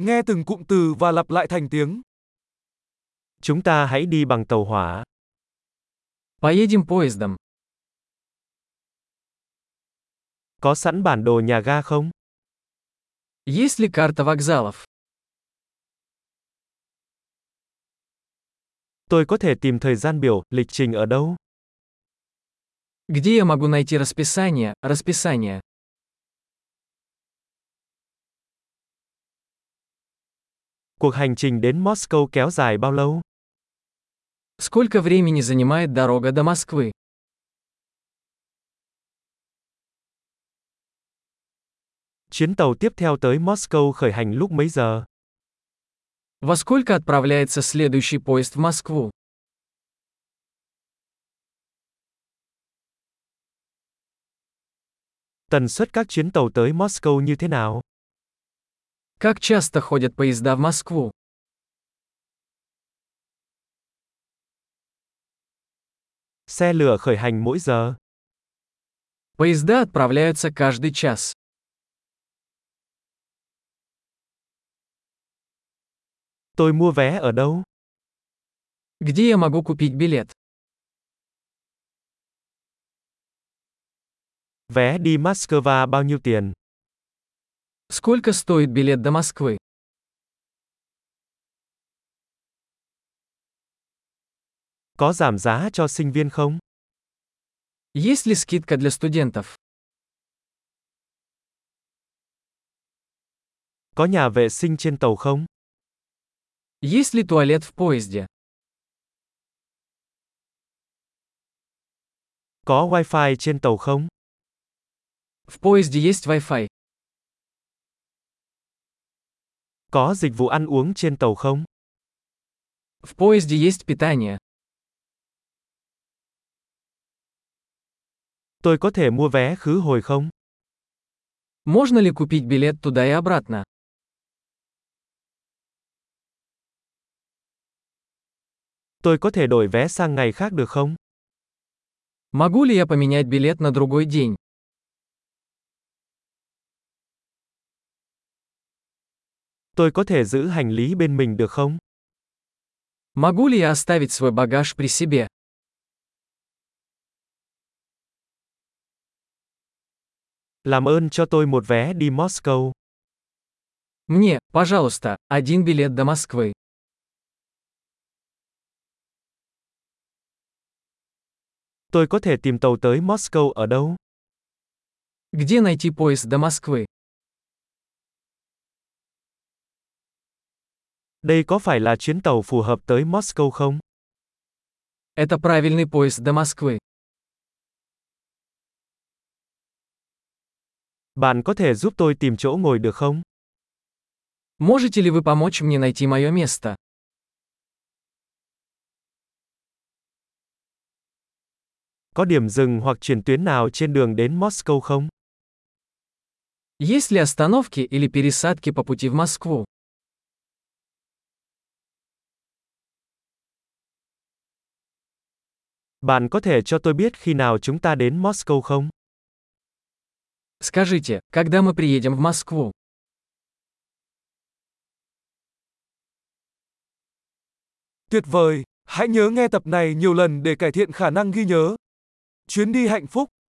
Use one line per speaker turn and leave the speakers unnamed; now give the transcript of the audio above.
Nghe từng cụm từ và lặp lại thành tiếng.
Chúng ta hãy đi bằng tàu hỏa.
Поедем поездом.
Có sẵn bản đồ nhà ga không?
Есть ли карта вокзалов?
Tôi có thể tìm thời gian biểu, lịch trình ở đâu?
Где я могу найти расписание, расписание?
Cuộc hành trình đến Moscow kéo dài bao lâu?
Сколько времени занимает дорога до Москвы?
Chuyến tàu tiếp theo tới Moscow khởi hành lúc mấy giờ?
Во сколько отправляется следующий поезд в Москву?
Tần suất các chuyến tàu tới Moscow như thế nào?
Как часто ходят поезда в Москву?
Xe lửa khởi hành mỗi giờ.
Поезда отправляются каждый час.
Tôi mua vé ở đâu?
Где я могу купить билет?
Vé đi Moscow bao nhiêu tiền?
Сколько стоит билет до Москвы?
Có giảm giá cho sinh viên không?
Есть ли скидка для студентов?
Có nhà vệ sinh trên tàu không?
Есть ли туалет в поезде?
Có wifi trên tàu không?
В поезде есть Wi-Fi.
Có dịch vụ ăn uống trên tàu không?
В поезде есть питание.
Tôi có thể mua vé khứ hồi không?
Можно ли купить билет туда и обратно?
Tôi có thể đổi vé sang ngày khác được không?
Могу ли я поменять билет на другой день?
Tôi có thể giữ hành lý bên mình được không?
Могу ли я оставить свой багаж при себе?
Làm ơn cho tôi một vé đi Moscow.
Мне, пожалуйста, один билет до Москвы.
Tôi có thể tìm tàu tới Moscow ở đâu?
Где найти поезд до Москвы?
Đây có phải là chuyến tàu phù hợp tới Moscow không?
Это правильный поезд до Москвы.
Bạn có thể giúp tôi tìm chỗ ngồi được không?
Можете ли вы помочь мне найти мое место?
Có điểm dừng hoặc chuyển tuyến nào trên đường đến Moscow không?
Есть ли остановки или пересадки по пути в Москву?
Bạn có thể cho tôi biết khi nào chúng ta đến Moscow không?
Скажите, когда мы приедем в Москву?
Tuyệt vời! Hãy nhớ nghe tập này nhiều lần để cải thiện khả năng ghi nhớ. Chuyến đi hạnh phúc!